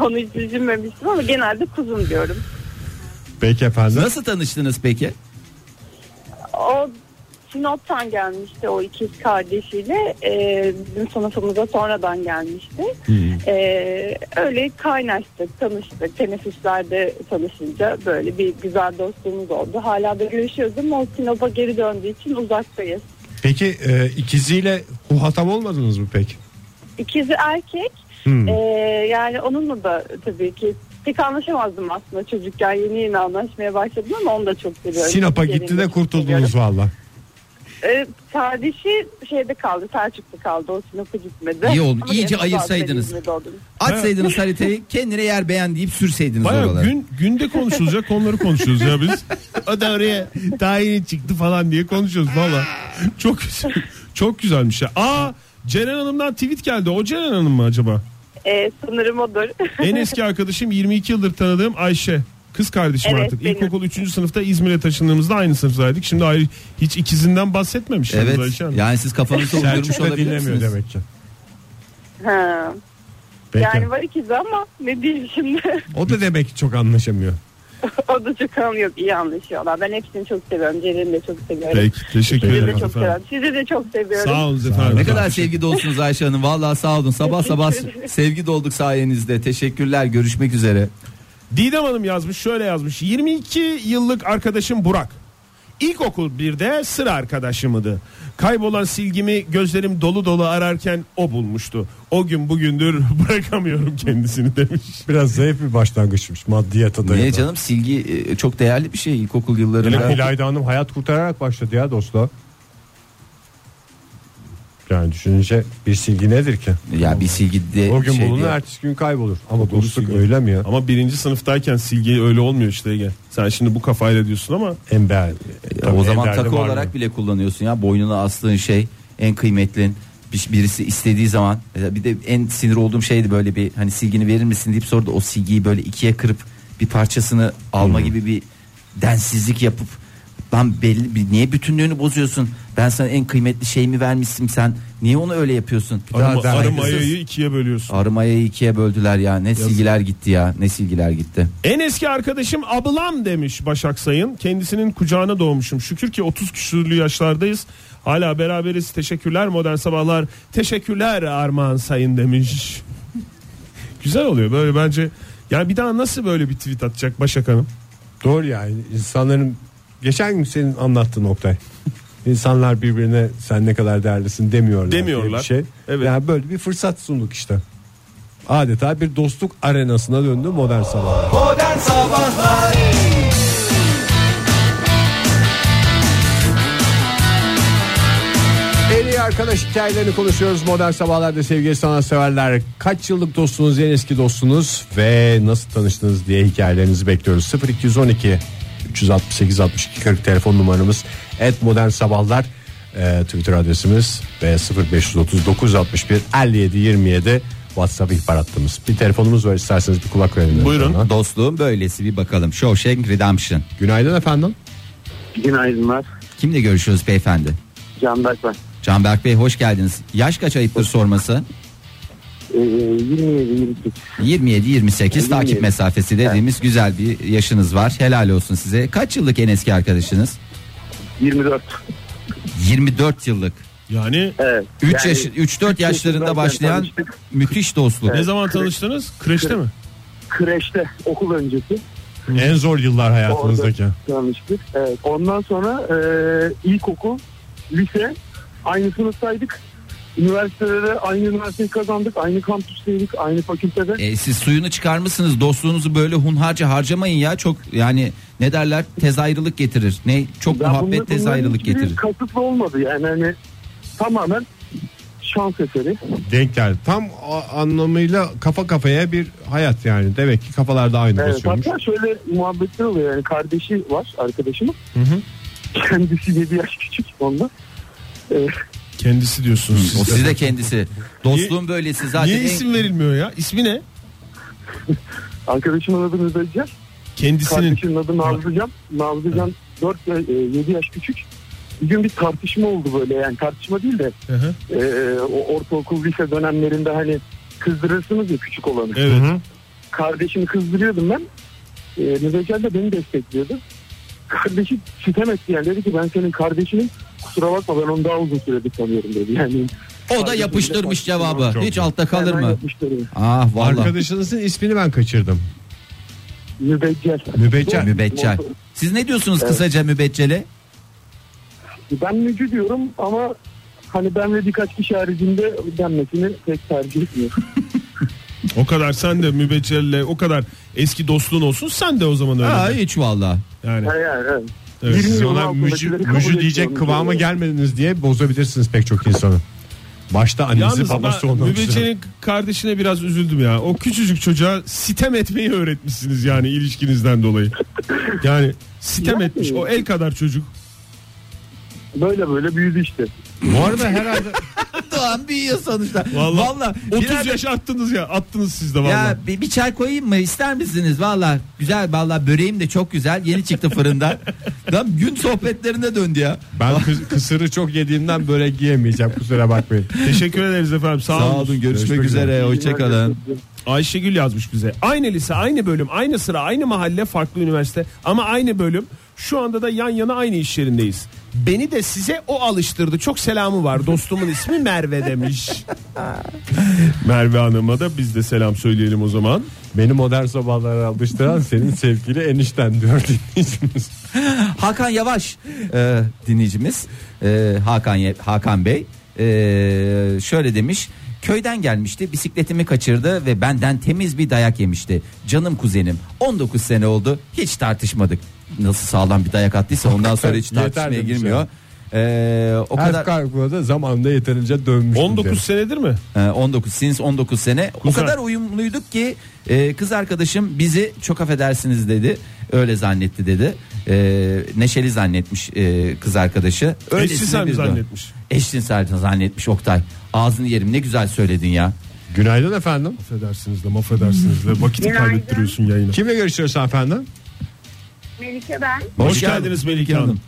Onu hiç düşünmemiştim ama genelde kuzum diyorum. Peki efendim. Nasıl tanıştınız peki? O Sinop'tan gelmişti o ikiz kardeşiyle. Ee, bizim sınıfımıza sonradan gelmişti. Ee, öyle kaynaştık, tanıştık. Teneffüslerde tanışınca böyle bir güzel dostluğumuz oldu. Hala da görüşüyoruz ama o Sinop'a geri döndüğü için uzaktayız. Peki e, ikiziyle huhatam olmadınız mı pek? İkizi erkek. Ee, yani onunla da tabii ki pek anlaşamazdım aslında çocukken. Yeni yeni anlaşmaya başladım ama onu da çok seviyorum. Sinop'a Çok gitti de yerinde seviyorum. kurtuldunuz valla. Ee, kardeşi şeyde kaldı, Selçuk'ta kaldı. O Sinop'a gitmedi. İyi oldu, iyice gerisi ayırsaydınız. zaten İzmir'de oldum. Açsaydınız haritayı kendine yer beğen deyip sürseydiniz Baya oralara. gün, günde konuşulacak konuları konuşuyoruz ya biz. O da oraya tayini çıktı falan diye konuşuyoruz valla. Çok Çok güzelmiş ya. Aa Ceren Hanım'dan tweet geldi. O Ceren Hanım mı acaba? Ee, sanırım odur. En eski arkadaşım 22 yıldır tanıdığım Ayşe. Kız kardeşim Evet, artık. benim. İlkokul 3. sınıfta İzmir'e taşındığımızda aynı sınıftaydık. Şimdi ayrı hiç ikizinden bahsetmemiş. yalnız Evet. Ayşe Hanım. Yani siz kafanızda uydurmuş Selçuk da dinlemiyor olabilirsiniz. demek ki. ha. Peki. Yani var ikizi ama ne diyeyim şimdi. O da demek ki çok anlaşamıyor. o da çok anlıyor. iyi anlaşıyorlar. Ben hepsini çok seviyorum. Ceren'i de çok seviyorum. Peki teşekkür Sizi de ederim çok efendim. seviyorum. Sizi de çok seviyorum. Sağ olun efendim. Ne kadar sevgi dolusunuz Ayşe Hanım. Vallahi sağ olun. Sabah sabah sevgi dolduk sayenizde. Teşekkürler. Görüşmek üzere. Didem Hanım yazmış şöyle yazmış. 22 yıllık arkadaşım Burak. İlkokul 1'de sıra arkadaşımdı. Kaybolan silgimi gözlerim dolu dolu ararken o bulmuştu. O gün bugündür bırakamıyorum kendisini demiş. Biraz zayıf bir başlangıçmış maddiyata dayalı. Niye canım silgi e, çok değerli bir şey ilkokul Hele yıllarında. Hilayda Hanım hayat kurtararak başladı ya dostlar. Yani düşününce bir silgi nedir ki? Ya bir silgi de O gün şey bulunur diye- ertesi gün kaybolur. Ama dostluk silgi. öyle mi ya? Ama birinci sınıftayken silgi öyle olmuyor işte Ege. Sen şimdi bu kafayla diyorsun ama En be- Ya tabii o en zaman derdi takı var mı? olarak bile kullanıyorsun ya boynuna astığın şey en kıymetli Bir- birisi istediği zaman mesela bir de en sinir olduğum şeydi böyle bir hani silgini verir misin deyip sordu o silgiyi böyle ikiye kırıp bir parçasını alma gibi bir densizlik yapıp ben belli bir- niye bütünlüğünü bozuyorsun ben sana en kıymetli şeyimi vermişsin sen niye onu öyle yapıyorsun arı, daha arı saygısız. mayayı ikiye bölüyorsun. Arımaya'yı ikiye böldüler ya ne silgiler gitti ya ne silgiler gitti En eski arkadaşım ablam demiş Başak Sayın. Kendisinin kucağına doğmuşum. Şükür ki 30 küsürlü yaşlardayız. Hala beraberiz. Teşekkürler modern sabahlar. Teşekkürler Armağan Sayın demiş. Güzel oluyor böyle bence. Yani bir daha nasıl böyle bir tweet atacak Başak Hanım? Doğru yani insanların geçen gün senin anlattığın Oktay. İnsanlar birbirine sen ne kadar değerlisin demiyorlar. diye Demiyorlar. Bir şey. Evet. Yani böyle bir fırsat sunduk işte. Adeta bir dostluk arenasına döndü modern sabahlar. En iyi arkadaş hikayelerini konuşuyoruz modern sabahlarda sevgili sanatseverler. Kaç yıllık dostunuz, en eski dostunuz ve nasıl tanıştınız diye hikayelerinizi bekliyoruz. 0212 368 62 40 telefon numaramız et modern sabahlar e, Twitter adresimiz ve 0539 61 57 27 WhatsApp ihbar hattımız. Bir telefonumuz var isterseniz bir kulak verin. Buyurun. Ona. dostluğun böylesi bir bakalım Shawshank Redemption Günaydın efendim. Günaydınlar. kimle görüşüyoruz beyefendi Canberk ben. Canberk Bey hoş geldiniz. Yaş kaç ayıptır sorması? Ee, 27-28. 27-28 takip 27. mesafesi dediğimiz güzel bir yaşınız var. Helal olsun size. Kaç yıllık en eski arkadaşınız? 24. 24 yıllık. Yani Evet. 3 Yani yaş 3 4 yaşlarında yaşındayken başlayan tanıştık. müthiş dostluk. ne zaman tanıştınız? Kreşte mi? Kreşte okul öncesi En zor yıllar hayatınızdaki. tanıştık. Evet. Ondan sonra e, ilkokul, lise aynı sınıftaydık. Üniversitede de aynı üniversiteyi kazandık. Aynı kampüsteydik. Aynı fakültede. E, siz suyunu çıkarmışsınız. Dostluğunuzu böyle hunharca harcamayın ya. Çok yani ne derler? Tezayrılık getirir. Ne çok Ya bunlar- muhabbet tezayrılık bunların hiçbiri getirir. Kasıtlı olmadı yani hani tamamen şans eseri. Denk geldi. Tam a- anlamıyla kafa kafaya bir hayat yani. Demek ki kafalarda aynı Evet, basıyormuş. hatta şöyle muhabbetler oluyor yani kardeşi var arkadaşımın. Kendisi 7 yaş küçük onda. Kendisi diyorsunuz O siz. de. siz de kendisi. Dostluğun böylesi zaten. Niye en- isim verilmiyor ya? İsmi ne? Arkadaşımın adını Özcan, Kendisinin. kardeşimin adı Nazlıcan. Nazlıcan 4 ve 7 yaş küçük. Bir gün bir tartışma oldu böyle yani tartışma değil de Hı hı. e, o ortaokul lise dönemlerinde hani kızdırırsınız ya küçük olanı. Evet. Kardeşimi kızdırıyordum ben. E, Müzecel de beni destekliyordu. Kardeşi sitem etti yani dedi ki ben senin kardeşinim kusura bakma ben onu daha uzun süredir tanıyorum dedi. Yani O da yapıştırmış cevabı. Hiç altta kalır Hemen mı? yapıştırıyor. Ah vallahi. Arkadaşınızın ismini ben kaçırdım. Mübeccel. Mübeccel. Mübeccel. Siz ne diyorsunuz kısaca mübeccele? Ben mücü diyorum ama hani ben ve birkaç kişi haricinde denmesini pek tercih etmiyorum. O kadar sen de mübeccelle o kadar eski dostluğun olsun sen de o zaman öyle. Aa, de. hiç valla. Yani. Yani, evet. Evet, Yirmi Siz yılın ona altındakileri mücü, kabul mücü diyecek ediyorum. kıvama gelmediniz diye bozabilirsiniz pek çok insanı. Başta annesi Yalnız babası ben olmak Mübeccel'in kardeşine biraz üzüldüm ya. O küçücük çocuğa sitem etmeyi öğretmişsiniz yani ilişkinizden dolayı. Yani sitem Yani. etmiş o el kadar çocuk. Böyle böyle büyüdü işte. Bu arada herhalde Doğan büyüyor sonuçta. Vallahi. Vallahi 30 biraz- yaş attınız ya attınız siz de valla. Ya bir, bir çay koyayım mı ister misiniz? Valla güzel valla böreğim de çok güzel. Yeni çıktı fırında. Lan gün sohbetlerine döndü ya. ben kıs- kısırı çok yediğimden börek yiyemeyeceğim kusura bakmayın. Teşekkür ederiz efendim. Sağ, Sağ olun. olun görüşmek Görüşmek üzere. Hoşçakalın. Ayşegül yazmış bize. Aynı lise, aynı bölüm, aynı sıra, aynı mahalle, farklı üniversite ama aynı bölüm. Şu anda da yan yana aynı iş yerindeyiz. Beni de size o alıştırdı. Çok selamı var. Dostumun ismi Merve demiş. Merve Hanım'a da biz de selam söyleyelim o zaman. Beni modern sabahlara alıştıran senin sevgili enişten diyor dinleyicimiz. Hakan Yavaş e, dinleyicimiz e, Hakan Ye- Hakan Bey e, şöyle demiş. Köyden gelmişti bisikletimi kaçırdı ve benden temiz bir dayak yemişti. Canım kuzenim 19 sene oldu hiç tartışmadık. Nasıl sağlam bir dayak attıysa ondan sonra hiç Yeter tartışmaya demiş girmiyor. E, o Her kadar kargoda zamanında yeterince dönmüş. 19 senedir mi? e, 19 since 19 sene o Güzel. kadar uyumluyduk ki e, kız arkadaşım bizi çok affedersiniz dedi. Öyle zannetti dedi. E, neşeli zannetmiş e, kız arkadaşı. Öylesine Eşcinsel mi bir- zannetmiş? Eşcinsel zannetmiş Oktay. Ağzını yerim ne güzel söyledin ya. Günaydın efendim. Affedersiniz de mafedersiniz de vakiti Günaydın. kaybettiriyorsun yayına. Kimle görüşüyoruz efendim? Melike ben. Hoş, geldiniz Melike Hanım.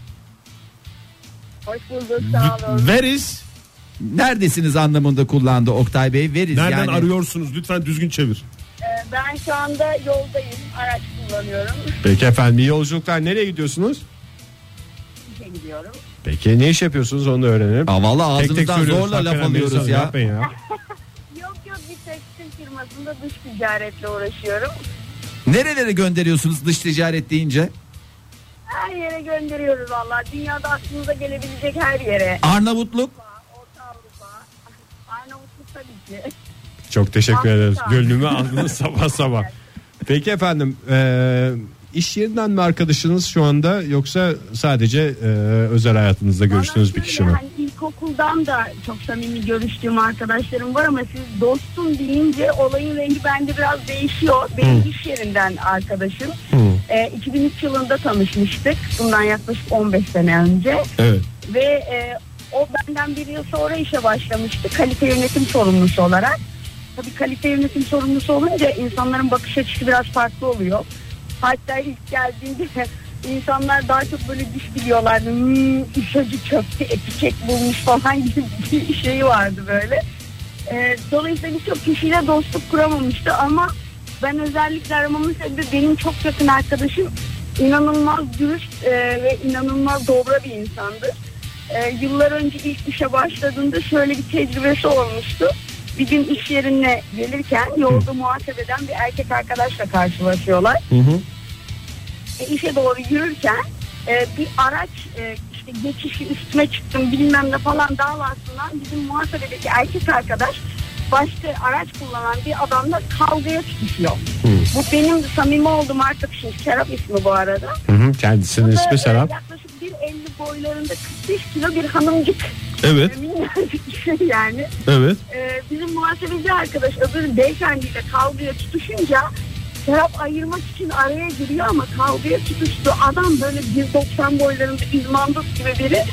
Hoş bulduk. Sağ olun. Where is? Neredesiniz anlamında kullandı Oktay Bey. Veririz Nereden yani. arıyorsunuz? Lütfen düzgün çevir. E, Ee, Ben şu anda yoldayım. Araç kullanıyorum. Peki efendim iyi yolculuklar nereye gidiyorsunuz? İşe gidiyorum. Peki ne iş yapıyorsunuz onu da öğrenelim. Aa, vallahi ağzımızdan söylüyoruz. zorla laf Hakikaten alıyoruz insan- ya. yapmayın ya. Yok yok bir tekstil firmasında dış ticaretle uğraşıyorum. Nerelere gönderiyorsunuz dış ticaret deyince? Her yere gönderiyoruz valla. Dünyada aklınıza gelebilecek her yere. Arnavutluk. Orta Avrupa. Arnavutluk tabii ki. Çok teşekkür ederiz. Harika. Gönlümü aldınız sabah sabah. Peki efendim e, iş yerinden mi arkadaşınız şu anda yoksa sadece e, özel hayatınızda görüştüğünüz bir Bana kişi şöyle, mi? Hani ilkokuldan da çok samimi görüştüğüm arkadaşlarım var ama siz dostum deyince olayın rengi bende biraz değişiyor. Benim iş yerinden arkadaşım. Ee, 2003 yılında tanışmıştık. Bundan yaklaşık 15 sene önce. Evet. Ve e, o benden bir yıl sonra işe başlamıştı. Kalite yönetim sorumlusu olarak. Tabii kalite yönetim sorumlusu olunca insanların bakış açısı biraz farklı oluyor. Hatta ilk geldiğinde insanlar daha çok böyle düş biliyorlardı. Hmm, işacı çöktü, etiket bulmuş falan gibi bir şeyi vardı böyle. Ee, dolayısıyla birçok kişiyle dostluk kuramamıştı ama ben özellikle aramamın sebebi benim çok yakın arkadaşım inanılmaz dürüst e, ve inanılmaz dobra bir insandır. E, yıllar önce ilk işe başladığında şöyle bir tecrübesi olmuştu. Bir gün iş yerine gelirken yolda muhasebeden bir erkek arkadaşla karşılaşıyorlar. E, işe doğru yürürken e, bir araç e, işte geçişi üstüme çıktım bilmem ne falan davasından bizim muhasebedeki erkek arkadaş başka araç kullanan bir adamla kavgaya tutuşuyor. Bu benim samimi olduğum arkadaşım Serap ismi bu arada. Hı hı, kendisinin Bu da, ismi e, Serap. Yaklaşık 1.50 boylarında 45 kilo bir hanımcık. Evet, E, Minnacık bir şey yani. evet. E, bizim muhasebeci arkadaş öbür beyefendiyle kavgaya tutuşunca Serap ayırmak için araya giriyor ama kavgaya tutuştu. Adam böyle 1.90 boylarında izmandut gibi biri.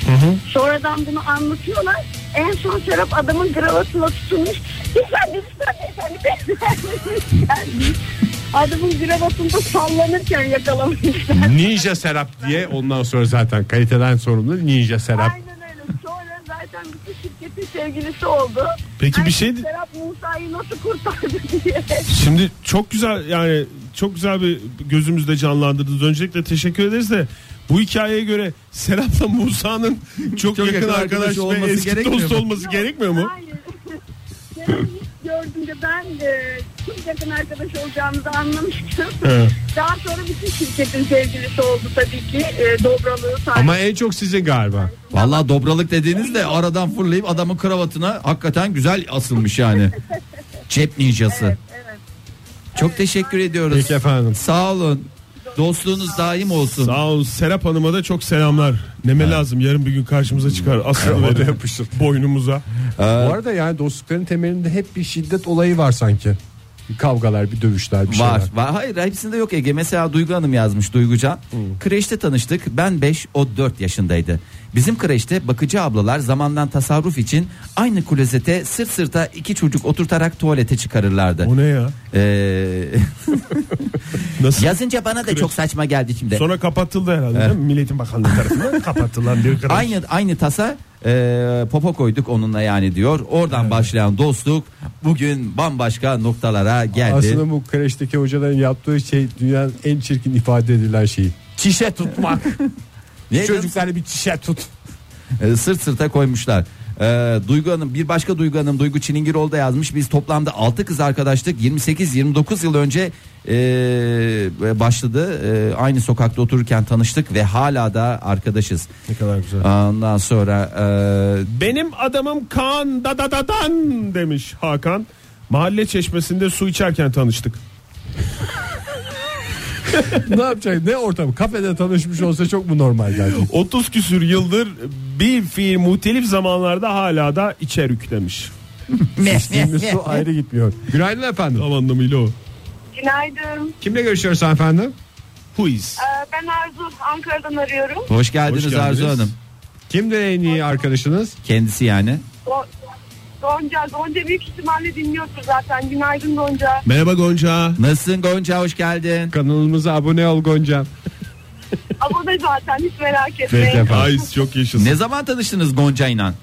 Sonradan bunu anlatıyorlar. En son Serap adamın gravatına tutulmuş. Lütfen lütfen beyefendi beyefendi. Adamın gravatında sallanırken yakalamışlar. Ninja Serap diye ondan sonra zaten kaliteden sorumlu Ninja Serap. Aynen öyle. Sonra zaten bütün şirketin sevgilisi oldu. Peki bir şey Serap Musa'yı nasıl kurtardı diye. Şimdi çok güzel yani çok güzel bir gözümüzde canlandırdınız. Öncelikle teşekkür ederiz de bu hikayeye göre Serap'la Musa'nın çok, yakın, arkadaş, ve olması eski gerekmiyor dost mu? olması gerekmiyor mu? Hayır. Serap'ı ilk gördüğümde ben e, çok yakın arkadaş olacağımızı anlamıştım. He. Daha sonra bütün şirketin sevgilisi oldu tabii ki. E, dobralığı sahibi. Ama en çok sizin galiba. Vallahi dobralık dediğiniz de aradan fırlayıp adamın kravatına hakikaten güzel asılmış yani. Cep ninjası. Çok teşekkür ediyoruz. Peki efendim. Sağ olun. Dostluğunuz daim olsun. Sağ olun Serap Hanım'a da çok selamlar. Neme lazım yarın bir gün karşımıza çıkar. Aslında Kravata böyle yapışır. boynumuza. Bu arada yani dostlukların temelinde hep bir şiddet olayı var sanki. Bir kavgalar, bir dövüşler, bir var, şeyler. var. Hayır hepsinde yok Ege. Mesela Duygu Hanım yazmış Duygucan. Hmm. Kreşte tanıştık. Ben 5, o 4 yaşındaydı. Bizim kreşte bakıcı ablalar zamandan tasarruf için aynı klozete sırt sırta iki çocuk oturtarak tuvalete çıkarırlardı. O ne ya? Ee, Nasıl? yazınca bana da çok saçma geldi şimdi. Sonra kapatıldı herhalde değil mi? Milletin Bakanlığı tarafından kapatılan bir kral. Aynı aynı tasa e, popo koyduk onunla yani diyor. Oradan başlayan dostluk bugün bambaşka noktalara geldi. Aslında bu kreşteki hocaların yaptığı şey dünyanın en çirkin ifade edilen şeyi. Çişe tutmak. Ne diyorsun? Çocukları bir çişe tut. E, sırt sırta koymuşlar. E, Duygu Hanım bir başka Duygu Hanım Duygu Çilingiroğlu da yazmış. Biz toplamda 6 kız arkadaştık. 28-29 yıl önce e, başladı. E, aynı sokakta otururken tanıştık ve hala da arkadaşız. Ne kadar güzel. Ondan sonra e, Benim adamım Kaan da da da dan demiş Hakan. Mahalle çeşmesinde su içerken tanıştık. ne yapacak? Ne ortam? Kafede tanışmış olsa çok mu normal geldi? 30 küsür yıldır bir fiil muhtelif zamanlarda hala da içer yüklemiş. Şimdi su ayrı gitmiyor. Günaydın efendim. Tam anlamıyla o. Günaydın. Kimle görüşüyoruz efendim? Huiz. Ee, Ben Arzu Ankara'dan arıyorum. hoş geldiniz Hoş geldiniz. Arzu Hanım. Kimle en iyi arkadaşınız? Kendisi yani. Go- Gonca, Gonca büyük ihtimalle dinliyordur zaten. Günaydın Gonca. Merhaba Gonca. Nasılsın Gonca hoş geldin. Kanalımıza abone ol Gonca. Abone zaten hiç merak Peki etmeyin. efendim. Ay çok yaşasın. Ne zaman tanıştınız Gonca inan?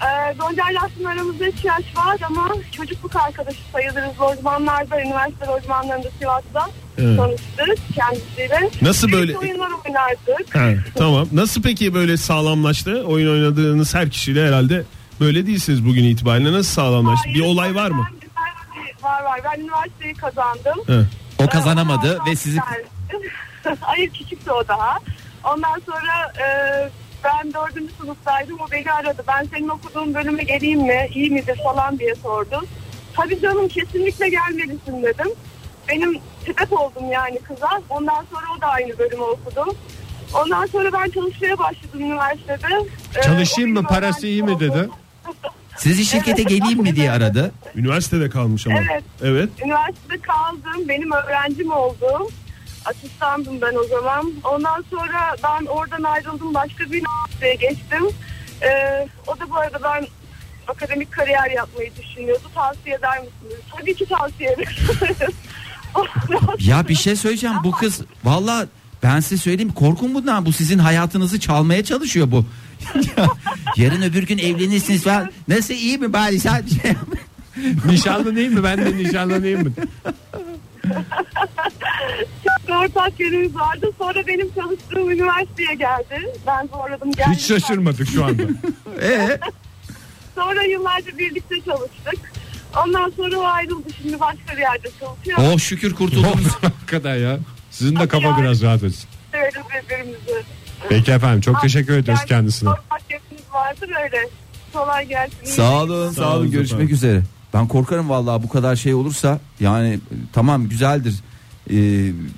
Ee, Gonca ile aslında aramızda iki yaş var ama çocukluk arkadaşı sayılırız. Lojmanlarda, üniversite lojmanlarında Sivas'ta Evet. tanıştık kendisiyle. Nasıl Birlikte böyle- oyunlar oynardık. Ha, tamam. Nasıl peki böyle sağlamlaştı? Oyun oynadığınız her kişiyle herhalde böyle değilsiniz bugün itibariyle. Nasıl sağlamlaştı? Hayır, Bir olay var mı? ben üniversite- Var var. Ben üniversiteyi kazandım. Ha. O kazanamadı ve sizi Hayır küçüktü o daha. Ondan sonra e, ben dördüncü sınıftaydım. O beni aradı. Ben senin okuduğun bölüme geleyim mi? İyi midir falan diye sordu. Tabii canım kesinlikle gelmelisin dedim. Benim sebep oldum yani kıza. Ondan sonra o da aynı bölümü okudu. Ondan sonra ben çalışmaya başladım üniversitede. E, Çalışayım o mı, benim parası iyi mi öğrencim dedi? oldu. sizi şirkete geleyim mi diye aradı. Üniversitede kalmış ama. Evet. Evet. Üniversitede kaldım. Benim öğrencim oldu. Asistandım ben o zaman. Ondan sonra ben oradan ayrıldım. Başka bir üniversiteye geçtim. Ee, o da bu arada ben akademik kariyer yapmayı düşünüyordu. Tavsiye eder misiniz? Tabii ki tavsiye ederim. Ondan Ya bir şey söyleyeceğim bu kız valla ben size söyleyeyim korkun bundan bu sizin hayatınızı çalmaya çalışıyor bu. Ya, Yarın öbür gün evlenirsiniz falan. Nasıl iyi mi bari sen? şey Nişanlanayım mı? Ben de nişanlanayım mı? sonra ortak yerimiz vardı. Sonra benim çalıştığım üniversiteye geldi. Ben zorladım. Geldi. Hiç şaşırmadık şu anda. Ee, Sonra yıllarca birlikte çalıştık. Ondan sonra o ayrıldı. Şimdi başka bir yerde çalışıyor. oh şükür kurtuldunuz. kadar ya. Sizin de kafa biraz rahat etsin. Severiz birbirimizi. Peki efendim çok teşekkür ediyoruz kendisine. Paketiniz vardır öyle. Kolay gelsin. İyi sağ olun Sağ sağ olun, olun görüşmek efendim. üzere. Ben korkarım vallahi bu kadar şey olursa yani e, tamam güzeldir Ee,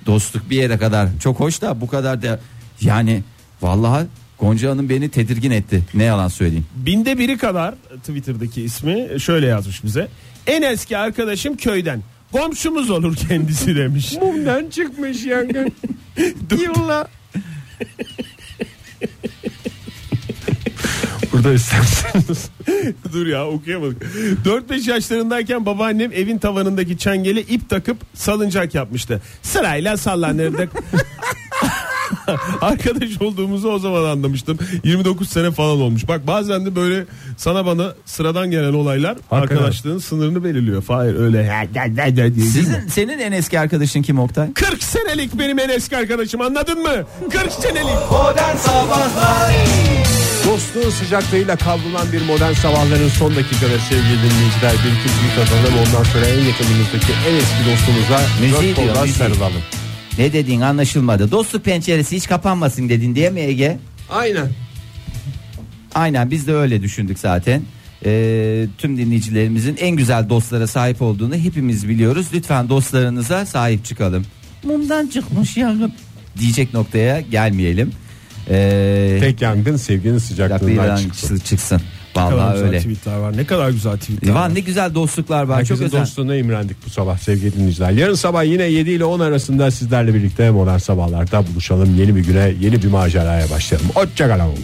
dostluk bir yere kadar çok hoş da bu kadar da yani vallahi Gonca Hanım beni tedirgin etti ne yalan söyleyeyim. Binde biri kadar Twitter'daki ismi şöyle yazmış bize. En eski arkadaşım köyden. Komşumuz olur kendisi demiş. Mumdan çıkmış yangın. Yolla. Burada isterseniz. Dur ya okuyamadık. 4-5 yaşlarındayken babaannem evin tavanındaki çengeli ip takıp salıncak yapmıştı. Sırayla sallanırdık. Arkadaş olduğumuzu o zaman anlamıştım. 29 sene falan olmuş. Bak bazen de böyle sana bana sıradan gelen olaylar Hakikaten. arkadaşlığın sınırını belirliyor. Hayır öyle. Sizin senin en eski arkadaşın kim Oktay? 40 senelik benim en eski arkadaşım anladın mı? 40 senelik. Dostluğun sıcaklığıyla kavrulan bir modern sabahların son dakikaları sevgili dinleyiciler. Bir iki bir kazanalım ondan sonra en yakınımızdaki en eski dostumuza Müziği dört diyor, koldan müziği. sarılalım. Ne dediğin anlaşılmadı. Dostluk penceresi hiç kapanmasın dedin diye mi Ege? Aynen. Aynen biz de öyle düşündük zaten. Ee, tüm dinleyicilerimizin en güzel dostlara sahip olduğunu hepimiz biliyoruz. Lütfen dostlarınıza sahip çıkalım. Mumdan çıkmış yangın diyecek noktaya gelmeyelim. Ee, Tek yangın sevginin sıcaklığından sıcaklığıyla çıksın. çıksın. Ne kadar Vallahi güzel öyle. tweetler var. Ne kadar güzel tweetler var. Van ne güzel dostluklar var. Herkesin Çok özel. dostluğuna imrendik bu sabah sevgili dinleyiciler. Yarın sabah yine 7 ile 10 arasında sizlerle birlikte modern sabahlarda buluşalım. Yeni bir güne yeni bir maceraya başlayalım. Hoşçakalın.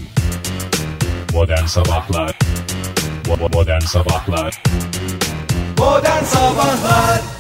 Modern Sabahlar Bo- bo- Modern Sabahlar Modern Sabahlar